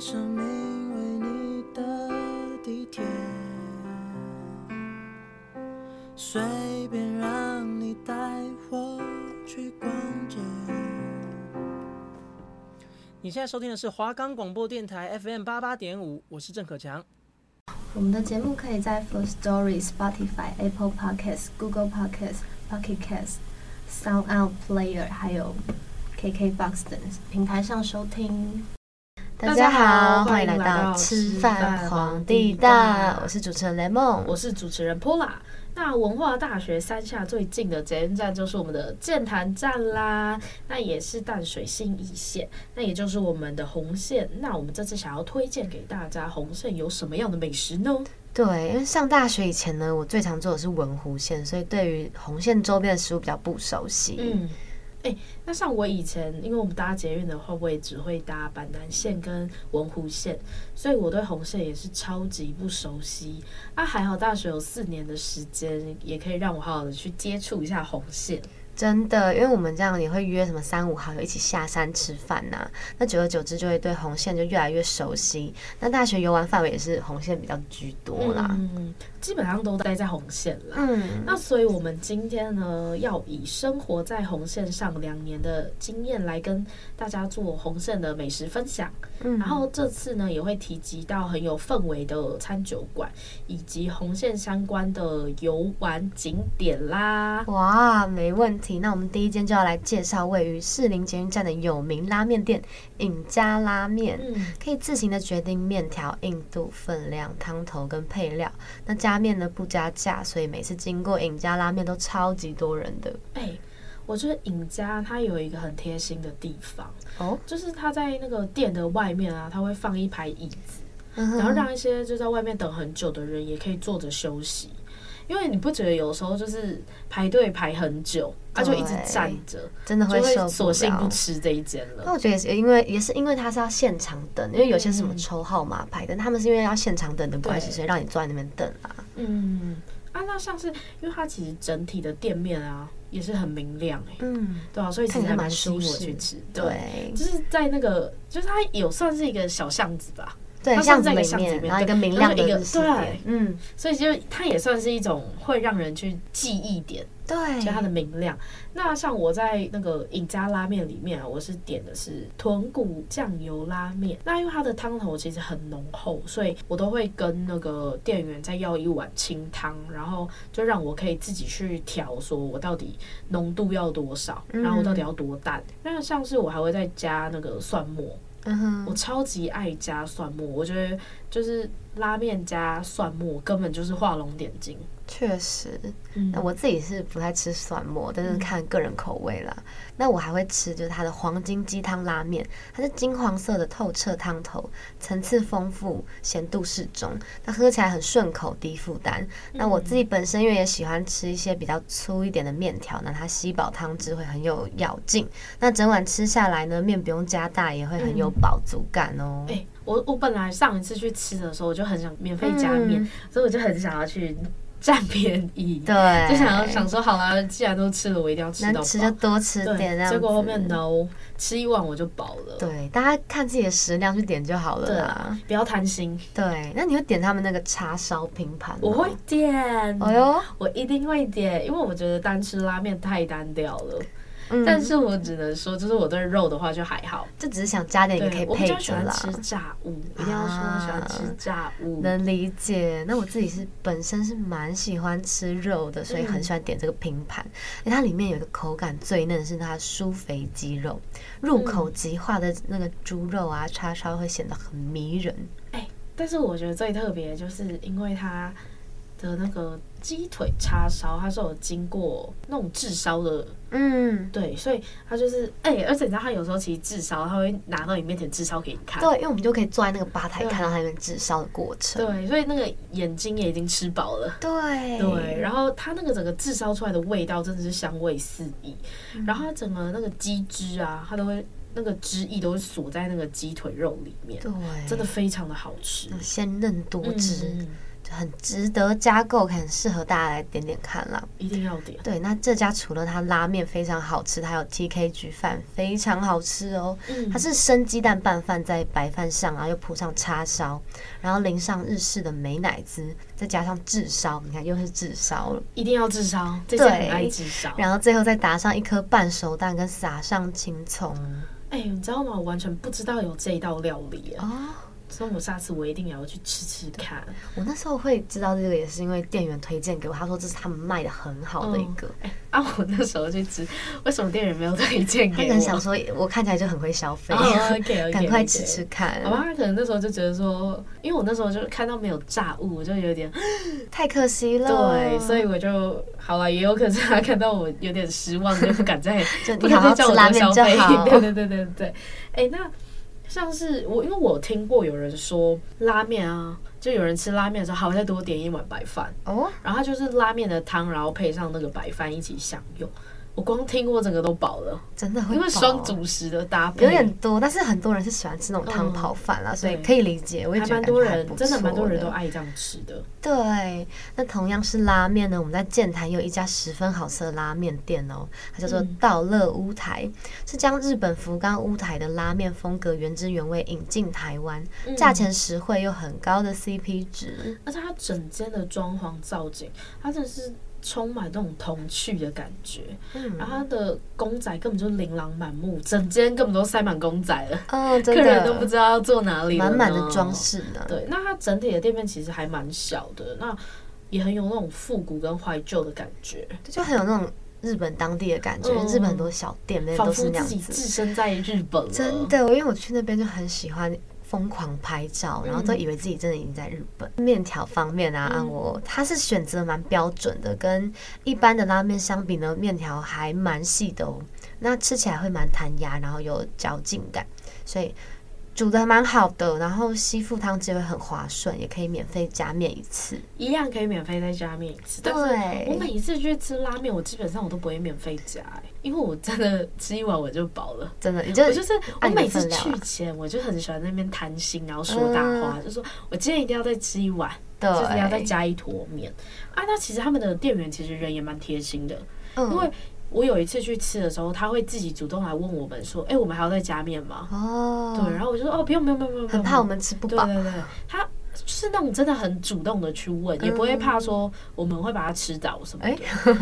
上名为你的地铁，随便让你带我去逛街。你现在收听的是华冈广播电台 FM 八八点五，我是郑可强。我们的节目可以在 First Story、Spotify、Apple Podcasts、Google Podcasts、Pocket Casts、Sound Out Player 还有 KKBox 等平台上收听。大家好欢迎来欢迎来到到吃吃饭饭皇皇帝帝大大，我是主持人雷梦。我是主持人 Pola。那文化大学山下最近的捷运站就是我们的剑潭站啦，那也是淡水新一线，那也就是我们的红线。那我们这次想要推荐给大家红线有什么样的美食呢？对，因为上大学以前呢，我最常做的是文湖线，所以对于红线周边的食物比较不熟悉。嗯，哎、那像我以前，因为我们搭捷运的话，我也只会搭板南线跟文湖线，所以我对红线也是超级不熟悉。啊，还好大学有四年的时间，也可以让我好好的去接触一下红线。真的，因为我们这样也会约什么三五好友一起下山吃饭呐、那久而久之就会对红线就越来越熟悉。那大学游玩范围也是红线比较居多啦。嗯，基本上都待在红线了。嗯，那所以，我们今天呢，要以生活在红线上两年的经验来跟大家做红线的美食分享。嗯然后这次呢，也会提及到很有氛围的餐酒馆，以及红线相关的游玩景点啦。哦哇，没问题。那我们第一间就要来介绍位于士林捷运站的有名拉面店尹家拉面。嗯，可以自行的决定面条硬度、分量、汤头跟配料。那加面呢不加价，所以每次经过尹家拉面都超级多人的哎、我觉得尹家它有一个很贴心的地方，哦。就是它在那个店的外面啊，它会放一排椅子。然然后让一些就在外面等很久的人也可以坐着休息，因为你不觉得有时候就是排队排很久，他、就一直对站着，真的就会受会索性不不了。吃这一间那了。我觉得也是因为也是因为它是要现场等，因为有些是什么抽号码牌的，他们是因为要现场等的关系，对所以让你坐在那边等啊。嗯，啊，那像是因为它其实整体的店面啊也是很明亮哎、嗯，对啊，所以其看实起来还蛮蛮吸引舒我去适吃。对，对就是在那个，就是它有算是一个小巷子吧，对，它巷子算在一个里巷子里面，面然后一个对明然亮后的一个日式店对，嗯，所以就它也算是一种会让人去记忆点。对，就它的明亮。那像我在那个尹家拉面里面啊，我是点的是豚骨酱油拉面。那因为它的汤头其实很浓厚，所以我都会跟那个店员再要一碗清汤，然后就让我可以自己去调，说我到底浓度要多少，嗯然后我到底要多淡。那像是我还会再加那个蒜末，嗯我哼，超级爱加蒜末，我觉得就是拉面加蒜末根本就是画龙点睛。确实。嗯那我自己是不太吃蒜末，但是嗯看个人口味啦。那我还会吃就是它的黄金鸡汤拉面，它是金黄色的透彻汤头，层次丰富，咸度适中，那喝起来很顺口，低负担。那我嗯自己本身因为也喜欢吃一些比较粗一点的面条，那它吸饱汤汁会很有咬劲。那整碗吃下来呢，面不用加大，也会很有饱足感哦。嗯哎、我我本来上一次去吃的时候，我就很想免费加面，嗯所以我就很想要去 占便宜，对，就想要想说好了，既然都吃了，我一定要吃到能饱。吃就多吃点，这对，样结果后面子 no，吃一碗我就饱了。对，大家看自己的食量去点就好了对啦。啊，不要贪心，对，那你会点他们那个叉烧拼盘？我会。点，哎呦，我一定会点，因为我觉得单吃拉面太单调了。嗯但是我只能说，就是我对肉的话就还好。就只是想加点，你可对以，我比配较喜着欢啦。啊吃炸物，一定要说我喜欢吃炸物。能理解。那我自己是本身是蛮喜欢吃肉的，所以很喜欢点这个拼盘。因为它里面有一个口感最嫩的是它的酥肥鸡肉，入口即化的那个猪肉啊，叉烧会显得很迷人。但是我觉得最特别的就是因为它的那个鸡腿叉烧，它是有经过那种炙烧的，嗯，对，所以它就是哎、而且你知道它有时候其实炙烧，它会拿到你面前炙烧给你看，对，因为我们就可以坐在那个吧台对看到它那边炙烧的过程。对，所以那个眼睛也已经吃饱了。对对，然后它那个整个炙烧出来的味道真的是香味四溢，然后它整个那个鸡汁啊，它都会那个汁液都会锁在那个鸡腿肉里面，对，嗯真的非常的好吃，鲜嫩多汁。嗯就很值得加购，很适合大家来点点看啦。一定要点。对，那这家除了它拉面非常好吃，它有 TK 焗饭非常好吃哦。嗯它是生鸡蛋拌饭在白饭上，然后又铺上叉烧，然后淋上日式的美乃滋，再加上炙烧，你看又是炙烧了。一定要炙烧，这家很对爱炙烧。然后最后再打上一颗半熟蛋，跟撒上青葱。哎、你知道吗？我完全不知道有这一道料理耶，哦，所以我下次我一定也要去吃吃看。我那时候会知道这个，也是因为店员推荐给我，他说这是他们卖的很好的一个。啊，我那时候去吃，为什么店员没有推荐他可给能我？想说， 我看起来就很会消费，哦 ，OK，OK，OK 赶快吃吃看。好吧，他可能那时候就觉得说，因为我那时候就看到没有炸物，我就 有点太可惜了。对，所以我就好了，也有可能是他看到我有点失望，就不敢再就不你好敢好再吃叫我拉多面消就费。 好。对对对对对， 哎、那像是我，因为我听过有人说拉面啊，就有人吃拉面的时候还会再多点一碗白饭， 哦，然后它就是拉面的汤，然后配上那个白饭一起享用。我光听过整个都饱了，真哦的会因为饱双主食的搭配有点多，但是很多人是喜欢吃那种汤泡饭啦，所以可以理解。我也还觉得蛮多感觉还人不，错真的蛮多人都爱这样吃的。对，那同样是拉面呢，我们在剑潭有一家十分好吃的拉面店哦，它叫做嗯道乐乌台，是将日本福冈乌台的拉面风格原汁原味引进台湾，价嗯钱实惠又很高的 CP 值。而且它整间的装潢造景，它真的是充满那种童趣的感觉。嗯然后它的公仔根本就琳琅满目，整间根本都塞满公仔了，嗯，客真人都不的，知道要坐哪里了满呢满的装。饰呢。啊对，那它整体的店面其实还蛮小的，那也很有那种复古跟怀旧的感觉，就很有那种日本当地的感觉，嗯日本很多小店那仿都佛是那自样己子。置身在日本了。真的，因为我去那边就很喜欢疯狂拍照，然后都以为自己真的已经在日本。面条方面啊，嗯我它是选择蛮标准的，跟一般的拉面相比呢，面条还蛮细的哦。那吃起来会蛮弹牙，然后有嚼劲感，所以煮的蛮好的。然后吸附汤汁会很划算，也可以免费加面一次。一样可以免费再加面一次，但是我对，每一次去吃拉面，我基本上我都不会免费加、欸因为我真的吃一碗我就饱了。真的，你就我就是我按你的每次分量啊嗯去前，我就很喜欢在那边贪心，然后说大话，就说我今天一定要再吃一碗，对，就是要再加一坨面啊。那其实他们的店员其实人也蛮贴心的，嗯因为我有一次去吃的时候，他会自己主动来问我们说：“哎、我们还要再加面吗？”哦，对，然后我就说：“哦，不用，不用，不用，不用。不用”很怕我们吃不对饱。对对，他是那种真的很主动的去问，也不会怕嗯说我们会把它吃倒什么的。哎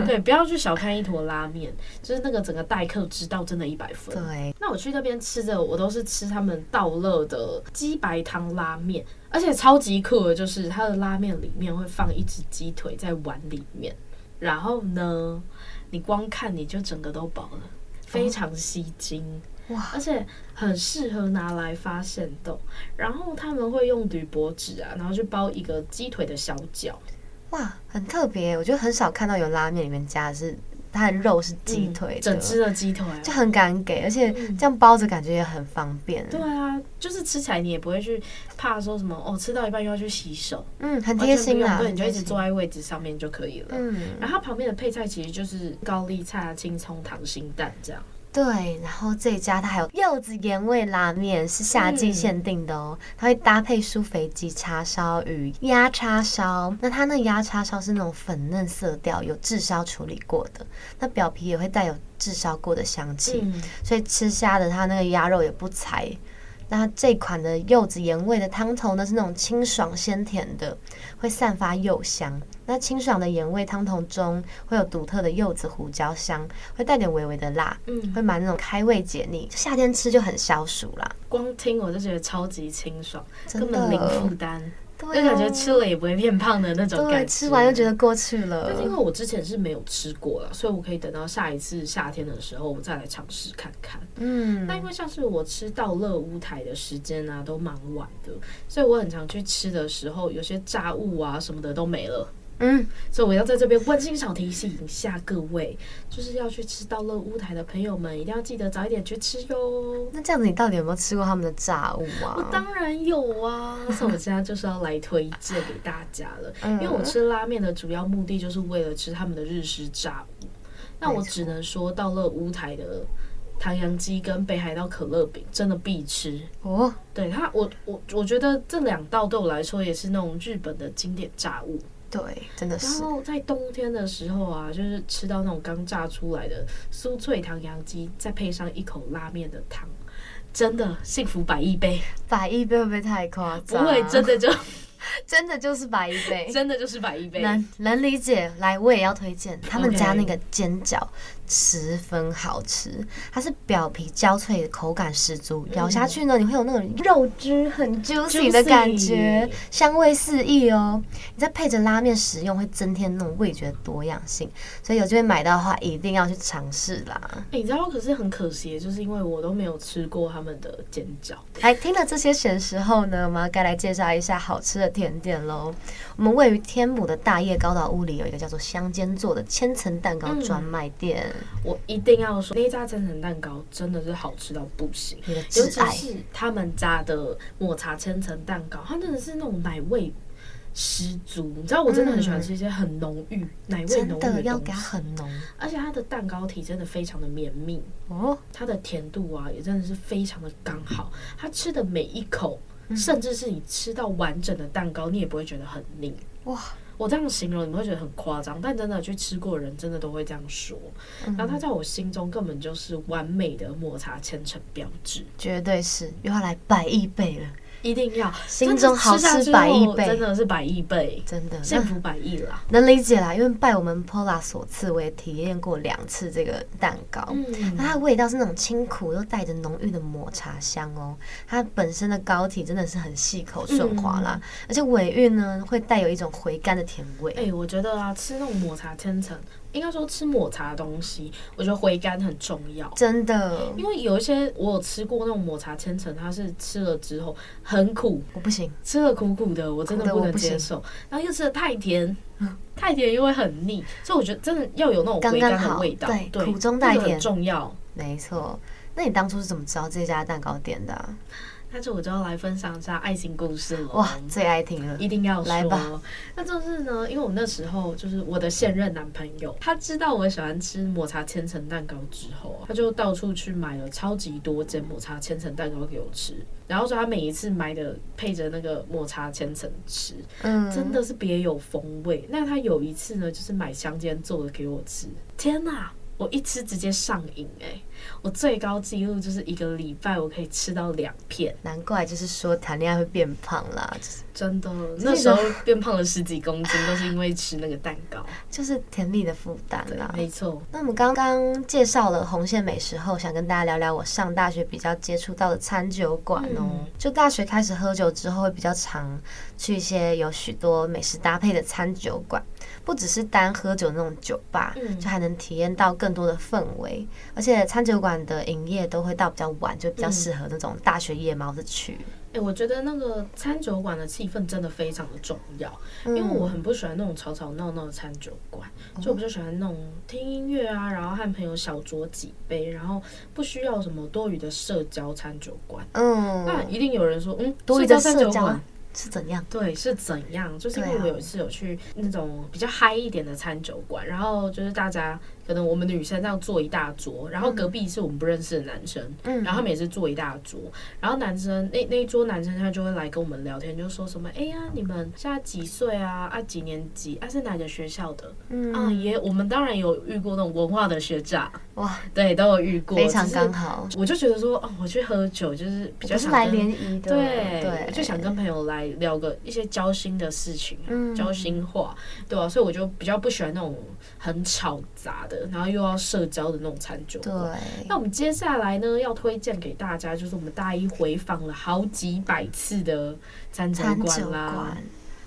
对，不要去小看一坨拉面，就是那个整个待客之道真的一百分。对，那我去那边吃的，我都是吃他们道乐的鸡白汤拉面，而且超级酷的就是它的拉面里面会放一只鸡腿在碗里面，然后呢，你光看你就整个都饱了，非常吸睛。哦哇，而且很适合拿来发现豆，然后他们会用铝箔纸啊，然后去包一个鸡腿的小角，哇，很特别，我觉得很少看到有拉面里面加的是它的肉是鸡腿嗯的，整只的鸡腿啊、就很敢给，而且嗯这样包着感觉也很方便。对啊，就是吃起来你也不会去怕说什么哦，吃到一半又要去洗手，嗯，很贴心完全啊，不用对，你就一直很贴心坐。在位置上面就可以了。嗯，然后它旁边的配菜其实就是高丽菜啊、青葱、溏心蛋这样。对，然后这一家它还有柚子盐味拉面，是夏季嗯限定的哦，它会搭配酥肥鸡叉烧与鸭叉烧。那它那鸭叉烧是那种粉嫩色调，有炙烧处理过的，那表皮也会带有炙烧过的香气。嗯，所以吃虾的它那个鸭肉也不柴。那这款的柚子盐味的汤头呢，是那种清爽鲜甜的，会散发柚香。那清爽的盐味汤头中会有独特的柚子胡椒香，会带点微微的辣，嗯会蛮那种开胃解腻，夏天吃就很消暑啦，光听我就觉得超级清爽，真根本零负的。担，对就啊感觉吃了也不会变胖的那种感觉。啊对，啊吃完就觉得过去但是因为了。我之前是没有吃过了，所以我可以等到下一次夏天的时候，我再来尝试看看。嗯，那因为像是我吃到乐屋台的时间啊，都蛮晚的，所以我很常去吃的时候，有些炸物啊什么的都没了。嗯，所以我要在这边温馨小提醒一下各位，就是要去吃到乐屋台的朋友们，一定要记得早一点去吃哟。那这样子你到底有没有吃过他们的炸物我啊？当然有啊，所以我现在就是要来推荐给大家了。嗯因为我吃拉面的主要目的就是为了吃他们的日式炸物。那我只能说，到了乌台的唐扬鸡跟北海道可乐饼，真的必吃。哦，对它，我我我觉得这两道对我来说也是那种日本的经典炸物。对，真的然是，后在冬天的时候啊，就是吃到那种刚炸出来的酥脆唐扬鸡，再配上一口拉面的汤，真的幸福百亿倍。百亿倍会不会太夸不张？会，真的就 真的就是百亿倍。真的就是百亿倍。能能理解，来我也要推荐他们家 OK 那个煎饺十分好吃，它是表皮焦脆，口感十足，咬下去呢你会有那种肉汁很 juicy 的感觉，香味四溢哦。你再配着拉面食用，会增添那种味觉多样性，所以有机会买到的话一定要去尝试啦。哎、你知道，可是很可惜，就是因为我都没有吃过他们的煎饺。来，听了这些闲时候呢，我们要该来介绍一下好吃的甜点喽。我们位于天母的大叶高岛屋里有一个叫做香煎做的千层蛋糕专卖店，我一定要说，那一家千层蛋糕真的是好吃到不行，你的尤挚其爱。是他们家的抹茶千层蛋糕，它真的是那种奶味十足。你知道，我真的很喜欢吃一些很浓郁、奶味嗯真浓郁的的要东给它西，很浓而且它的蛋糕体真的非常的绵密，哦，它的甜度啊也真的是非常的刚好，嗯它吃的每一口，甚至是你吃到完整的蛋糕，你也不会觉得很腻。哇！我这样形容你们会觉得很夸张，但真的去吃过的人真的都会这样说。嗯然后它在我心中根本就是完美的抹茶千层标志，绝对是又要来百亿倍了，一定要心中好真的吃吃百亿下之后倍，嗯真的是百亿倍，真的幸福百亿啦。那能理解啦，因为拜我们 Pola 所赐，我也体验过两次这个蛋糕。那嗯，啊它的味道是那种清苦又带着浓郁的抹茶香哦，它本身的膏体真的是很细口顺滑嗯啦，而且尾韵呢会带有一种回甘的甜味。哎、我觉得啊，吃那种抹茶千层，应该说吃抹茶的东西，我觉得回甘很重要。真的，因为有一些我有吃过那种抹茶千层，它是吃了之后很苦，我不行，吃了苦苦的，我真的苦的不我能不行接受。然后又吃的太甜，太甜又会很腻，所以我觉得真的要有那种刚回刚甘的好味道，对对，苦中那带个很甜重要。没错。那你当初是怎么知道这家蛋糕店的嗯啊、那就我就要来分享一下爱情故事了。哇，最爱听了，一定要来说吧，那就是呢，因为我那时候就是我的现任男朋友，他知道我喜欢吃抹茶千层蛋糕之后啊，他就到处去买了超级多间抹茶千层蛋糕给我吃，然后说他每一次买的配着那个抹茶千层吃，嗯，真的是别有风味。那他有一次呢，就是买香煎做的给我吃，天哪！我一吃直接上瘾哎、我最高纪录就是一个礼拜我可以吃到两片，难怪就是说谈恋爱会变胖啦，就是真的。个那时候变胖了十几公斤，都是因为吃那个蛋 糕。就是甜蜜的负担对啦，。没错。那我们刚刚介绍了红线美食后，想跟大家聊聊我上大学比较接触到的餐酒馆哦。嗯就大学开始喝酒之后，会比较常去一些有许多美食搭配的餐酒馆，不只是单喝酒那种酒吧，嗯就还能体验到更多的氛围。而且餐酒馆的营业都会到比较晚，就比较嗯适合那种大学夜猫子去。哎、我觉得那个餐酒馆的气氛真的非常的重要，嗯因为我很不喜欢那种吵吵闹闹的餐酒馆，就我比较喜欢那种听音乐啊，然后和朋友小酌几杯，然后不需要什么多余的社交餐酒馆。那嗯，一定有人说，嗯，多余社的交餐社酒交馆。是怎样？对，是怎样？就是因对为啊我有一次有去那种比较嗨一点的餐酒馆，然后就是大家可能我们女生这样坐一大桌，然后隔壁是我们不认识的男生，嗯然后他们也是坐一大桌，然后男生那那一桌男生他就会来跟我们聊天，就说什么哎呀你们现在几岁啊啊几年级啊是哪个学校的、啊嗯，也我们当然有遇过那种文化的学长，哇，对都有遇过，非常只是刚好，我就觉得说哦我去喝酒就是比较不是想来跟联谊的，对，对，我就想跟朋友来聊个一些交心的事情啊、嗯交心话，对啊，所以我就比较不喜欢那种很吵杂的，然后又要社交的那种餐酒对馆。，那我们接下来呢，要推荐给大家，就是我们大一回访了好几百次的餐酒餐酒馆啦馆。。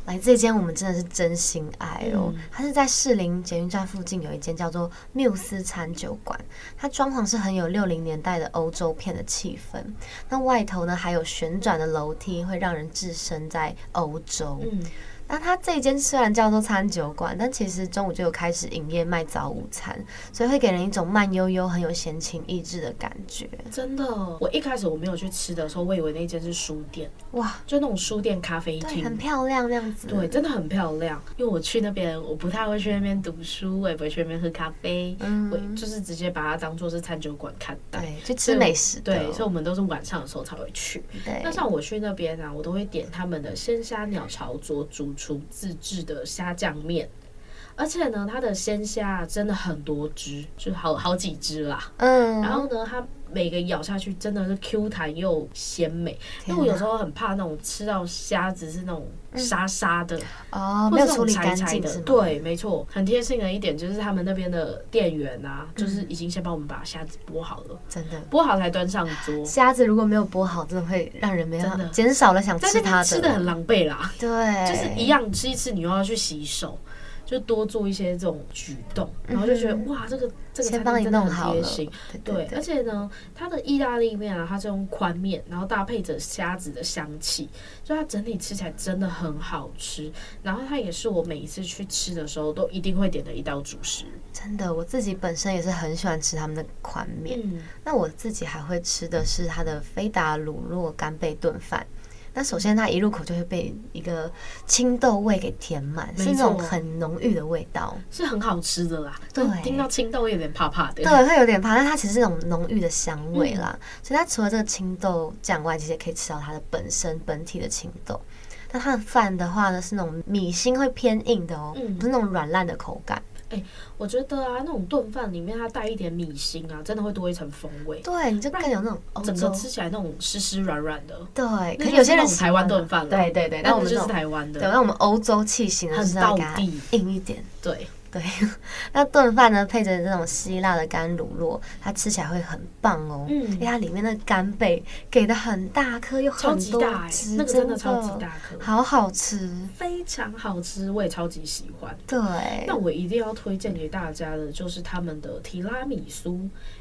来这间我们真的是真心爱哦，嗯它是在士林捷运站附近有一间叫做缪斯餐酒馆，它装潢是很有六零年代的欧洲片的气氛。那外头呢还有旋转的楼梯，会让人置身在欧洲。嗯，那它这间虽然叫做餐酒馆，但其实中午就有开始营业卖早午餐，所以会给人一种慢悠悠、很有闲情逸致的感觉。真的，我一开始我没有去吃的时候，我以为那间是书店，哇，就那种书店咖啡对，厅很。漂亮那样子。对，真的很漂亮。因为我去那边，我不太会去那边读书，我也不会去那边喝咖啡，我嗯，就是直接把它当做是餐酒馆看待。对，去吃美食的。对，所以我们都是晚上的时候才会去。对那像我去那边啊，我都会点他们的鲜虾鸟巢佐主厨自制的虾酱面，而且呢，它的鲜虾啊真的很多只，就好好几只啦。嗯，然后呢，它每个咬下去真的是 Q 弹又鲜美，因天为我有哪嗯时候很怕那种吃到虾子是那种沙沙的，哦，或没有者是那处种理柴干柴净是的。吗？，对，没错，很贴心的一点就是他们那边的店员啊，嗯就是已经先帮我们把虾子剥好了，真的。剥好才端上桌。虾子如果没有剥好，真的会让人没有真的减少了想但吃是它吃的很狼狈啦，对，就是一样吃一次，你又要去洗手，就多做一些这种举动，然后就觉得哇，这个这个嗯先餐帮厅你真的弄很好贴了心。，对对，而对，且呢，它的意大利面啊，它是用宽面，然后搭配着虾子的香气，所以它整体吃起来真的很好吃。然后它也是我每一次去吃的时候都一定会点的一道主食。真的，我自己本身也是很喜欢吃他们的宽面。嗯，那我自己还会吃的是它的菲达乳酪干贝炖饭。那首嗯先，它一入口就会被一个青豆味给填满，没是那种错很浓郁的味道。是很好吃的啦。对但听到青豆有点怕怕的。对，会有点怕，但它其实是那种浓郁的香味啦。嗯所以它除了这个青豆酱外，其实也可以吃到它的本身本体的青豆。那它的饭的话呢，是那种米心会偏硬的哦，嗯不是那种软烂的口感。我觉得啊，那种炖饭里面它带一点米心啊，真的会多一层风味，对，你就更有那种欧整洲个。吃起来那种湿湿软软的。对，那可能有就是些那人种喜台湾欢炖啊饭了对对对，那那我个们这就是种台湾对，的，那我们欧洲气型的很就是要道给它地硬一点。对，对， 那炖饭呢，配着这种希腊的干乳酪，它吃起来会很棒哦。嗯因为它里面的干贝给的很大颗，又超很级多大哎、汁，那个真的超级，大颗，好好吃。非常好吃，我也超级喜欢。对，那我一定要推荐给大家的就是他们的提拉米苏，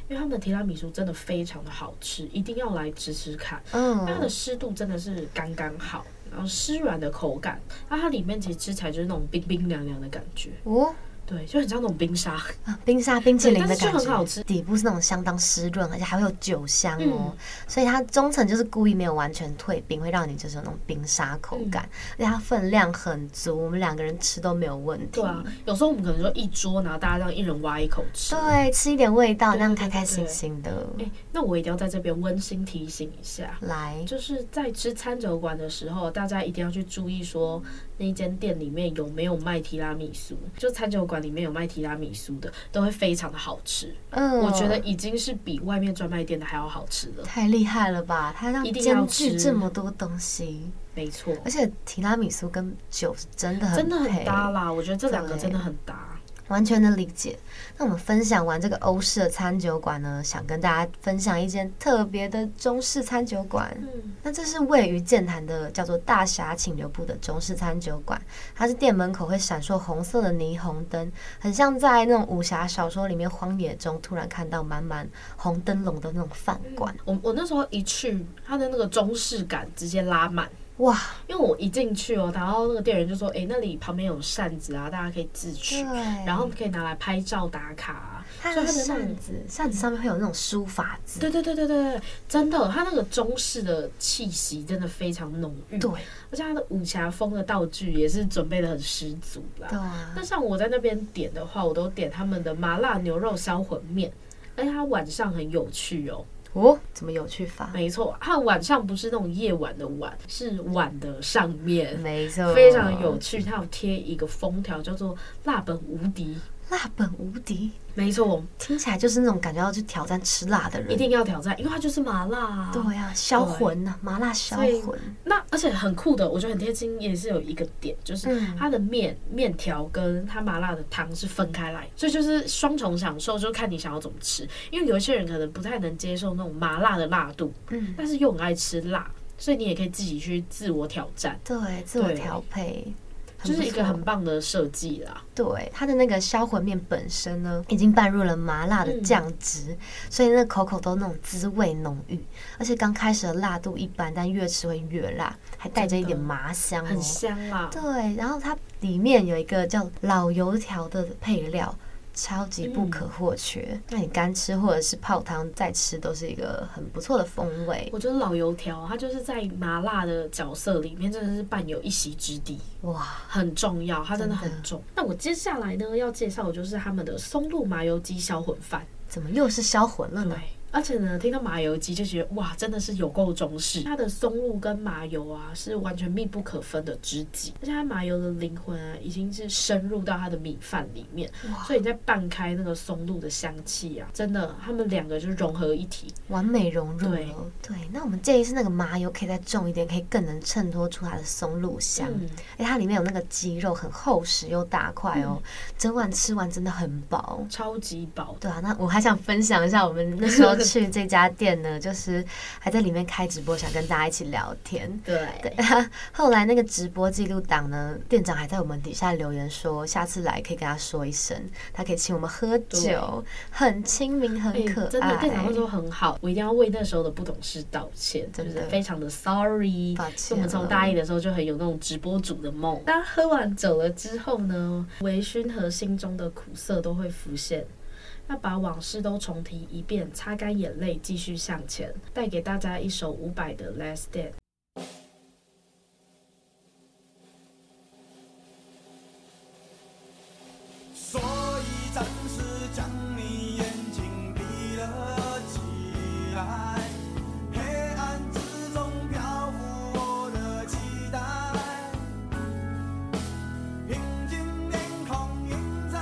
因为他们的提拉米苏真的非常的好吃，一定要来吃吃看。它的嗯，湿度真的是刚刚好，然后湿软的口感，那它里面其实吃起来就是那种冰冰凉凉的感觉，哦，对，就很像那种冰 沙。啊冰沙冰淇淋的对但是感就很好觉，吃嗯底部是那种相当湿润，而且还会有酒香哦。所以它中层就是故意没有完全退冰，会让你就是有那种冰沙口感，嗯而且它分量很足，我们两个人吃都没有问题。对啊，有时候我们可能就一桌，然后大家这样一人挖一口吃。对，吃一点味道，对那样对对开开心对心的。哎、那我一定要在这边温馨提醒一下，来，就是在吃餐酒馆的时候，大家一定要去注意说那一间店里面有没有卖提拉米苏。就餐酒馆里面有卖提拉米苏的，都会非常的好吃。嗯，我觉得已经是比外面专卖店的还要好吃了。太厉害了吧！它让一定要兼具吃这么多东西，没错，而且提拉米苏跟酒是真的很真的很配搭啦。我觉得这两个嗯对真的很搭。完全能理解。那我们分享完这个欧式的餐酒馆呢，想跟大家分享一间特别的中式餐酒馆。嗯，那这是位于剑潭的叫做大峡请留步的中式餐酒馆，它是店门口会闪烁红色的霓虹灯，很像在那种武侠小说里面荒野中突然看到满满红灯笼的那种饭馆。我我那时候一去，它的那个中式感直接拉满。哇，因为我一进去哦，然后那个店员就说：“诶，那里旁边有扇子啊，大家可以自取对，，然后可以拿来拍照打卡、啊。”它所以的它的那种扇子，扇子上面会有那种书法字。对对对对对对，真的，它那个中式的气息真的非常浓郁，对而且它的武侠风的道具也是准备的很十足对啦。啊那，像我在那边点的话，我都点他们的麻辣牛肉销魂面。而且它晚上很有趣哦，哦，怎么有趣法？没错，它的晚上不是那种夜晚的晚，是晚的上面，没错，非常有趣。它有贴一个封条，叫做“辣本无敌辣本无敌，”，没错，听起来就是那种感觉要去挑战吃辣的人。一定要挑战，因为它就是麻辣、啊。对呀、销魂呐、麻辣销魂，那而且很酷的，我觉得很贴心，也是有一个点，就是嗯它的面面条跟它麻辣的汤是分开来，所以就是双重享受，就看你想要怎么吃。因为有一些人可能不太能接受那种麻辣的辣度，嗯，但是又很爱吃辣，所以你也可以自己去自我挑战。对，自我对调配，很就不是一个错很棒的设计啦。对它的那个销魂面本身呢，已经拌入了麻辣的酱汁，所以那口口都那种滋味浓郁，而且刚开始的辣度一般，但越吃会越辣，还带着一点真的麻香很哦。香啊啦，对，然后它里面有一个叫老油条的配料，超级不嗯可或缺。那你干吃或者是泡汤再吃，都是一个很不错的风味。我觉得老油条它就是在麻辣的角色里面真的是伴有一席之地，哇，很重要，它真的真很的重。那我接下来呢要介绍的就是他们的松露麻油鸡小混饭，怎么又是销魂了对呢？。而且呢，听到麻油鸡就觉得哇，真的是有够中式。它的松露跟麻油啊是完全密不可分的知己，而且它麻油的灵魂啊已经是深入到它的米饭里面，哇，所以你再拌开那个松露的香气啊，真的，它们两个就融合一体。完美融入对了。对，那我们建议是那个麻油可以再重一点，可以更能衬托出它的松露香。嗯，哎、它里面有那个鸡肉，很厚实又大块嗯哦，整碗吃完真的很饱。超级饱的。对啊，那我还想分享一下，我们那时候去这家店呢，就是还在里面开直播，想跟大家一起聊天。对，后来那个直播记录档呢，店长还在我们底下留言说，下次来可以跟他说一声，他可以请我们喝酒，很亲民，很哎可爱。哦真的店长那时候很好，我一定要为那时候的不懂事道歉，就真的是非常的 sorry。抱我歉了，们从大一的时候就很有那种直播主的梦。当喝完酒了之后呢，微醺和心中的苦涩都会浮现，要把往事都重提一遍，擦干眼泪，继续向前，带给大家一首伍佰的《Last Dance》。所以暂时将你眼睛闭了起来，黑暗之中漂浮我的期待，平静面孔映着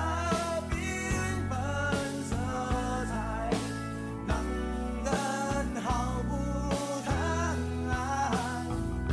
缤纷色彩，让人好不疼爱。啊啊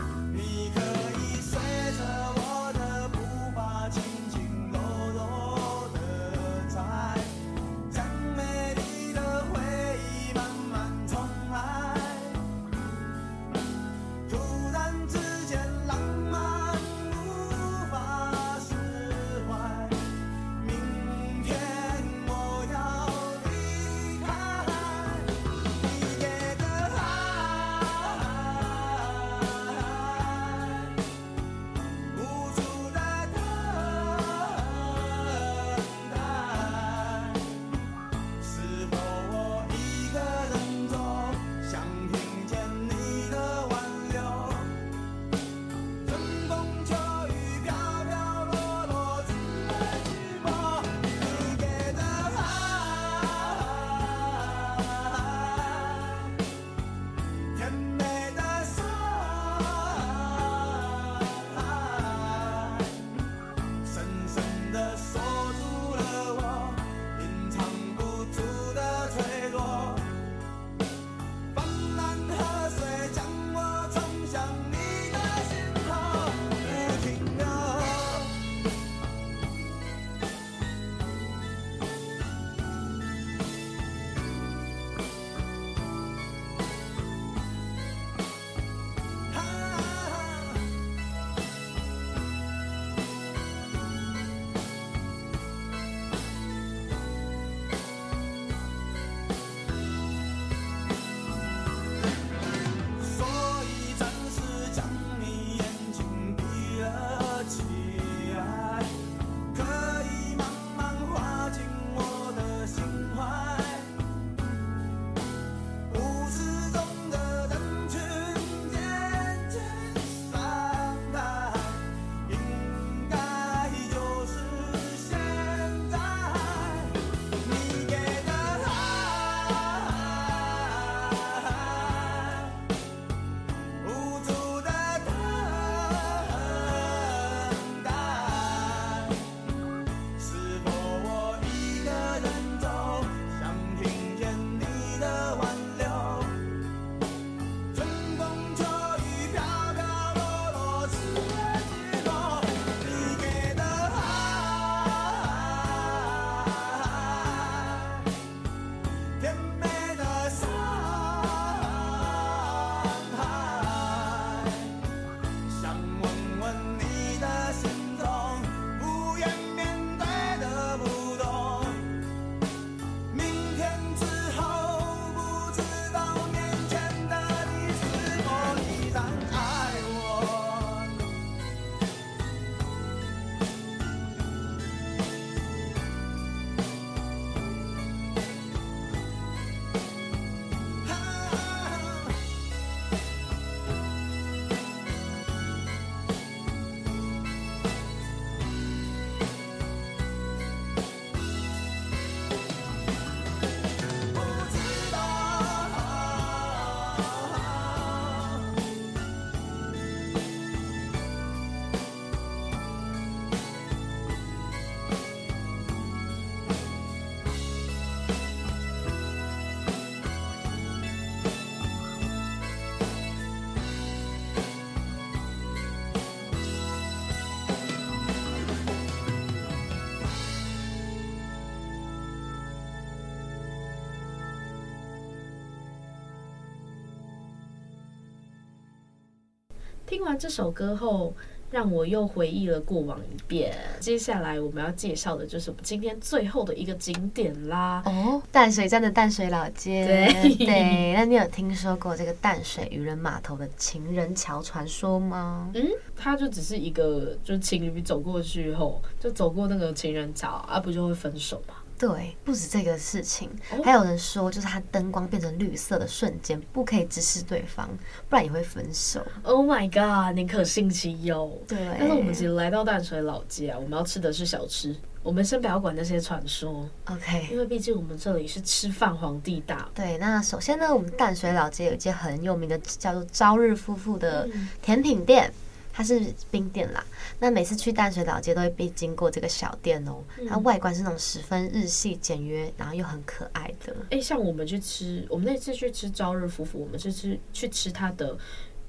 听完这首歌后，让我又回忆了过往一遍。接下来我们要介绍的就是我们今天最后的一个景点啦。哦，淡水站的淡水老街，对对，那你有听说过这个淡水渔人码头的情人桥传说吗？嗯，它就只是一个，就是情侣走过去后，就走过那个情人桥啊，不就会分手吗？对，不止这个事情，哦还有人说，就是它灯光变成绿色的瞬间，不可以直视对方，不然也会分手。 Oh my god！宁可信其有。对，但是我们其实来到淡水老街啊，我们要吃的是小吃。我们先不要管那些传说，因 OK。为毕竟我们这里是吃饭皇帝大。对，那首先呢，我们淡水老街有一间很有名的叫做朝日夫妇的嗯甜品店，它是冰店啦。那每次去淡水老街都会必经过这个小店哦，它嗯外观是那种十分日系简约，然后又很可爱的。哎、像我们去吃，我们那次去吃朝日夫妇，我们是吃去吃它的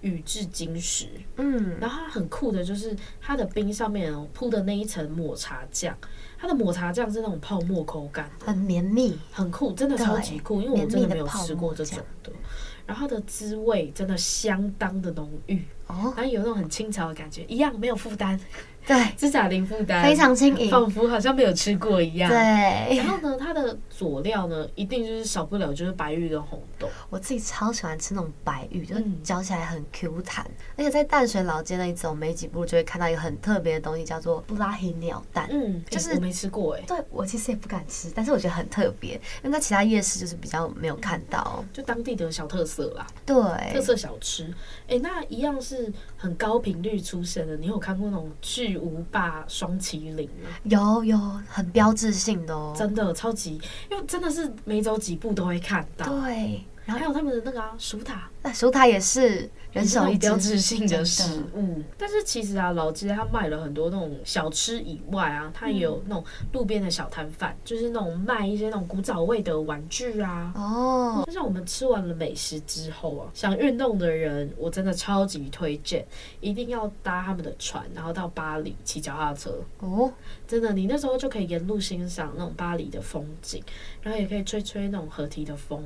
宇治金石，嗯，然后它很酷的就是它的冰上面哦铺的那一层抹茶酱，它的抹茶酱是那种泡沫口感的，很绵密，很酷，真的对超级酷，因为我绵真的密的没有泡吃沫过这酱种的。然后它的滋味真的相当的浓郁，哦，然后有那种很清朝的感觉，一样没有负担，对，指甲零负担，非常轻盈，仿佛好像没有吃过一样。对然。后呢，它的佐料呢，一定就是少不了就是白玉跟红豆。我自己超喜欢吃那种白玉，就是嗯嚼起来很 Q 弹，而且在淡水老街那里走没几步，就会看到一个很特别的东西，叫做布拉提鸟蛋。嗯，就是诶我没吃过哎、对我其实也不敢吃，但是我觉得很特别，因为在其他夜市就是比较没有看到。就当地的小特色啦，对，特色小吃。哎、那一样是很高频率出现的。你有看过那种巨无霸双麒麟吗？有有很标志性的哦。真的超级，因为真的是每走几步都会看到。对，啊然还后有他们的那个啊，薯塔，那薯塔也是人手也一只，是那种标志性的食真的物。但是其实啊，老街它卖了很多那种小吃以外啊，它嗯也有那种路边的小摊贩，就是那种卖一些那种古早味的玩具啊。哦。就像我们吃完了美食之后啊，想运动的人，我真的超级推荐，一定要搭他们的船，然后到巴黎骑脚踏车。哦，真的，你那时候就可以沿路欣赏那种巴黎的风景，然后也可以吹吹那种河堤的风，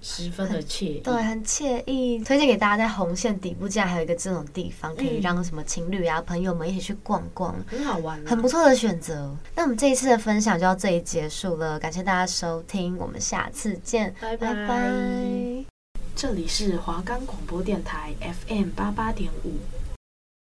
十分的惬意。对，很惬意，推荐给大家。在红线底部竟然还有一个这种地方，可以嗯让什么情侣啊、朋友们一起去逛逛，很好玩、啊，很不错的选择。那我们这一次的分享就到这里结束了，感谢大家收听，我们下次见，拜拜拜拜这里是华冈广播电台 FM 八八点五，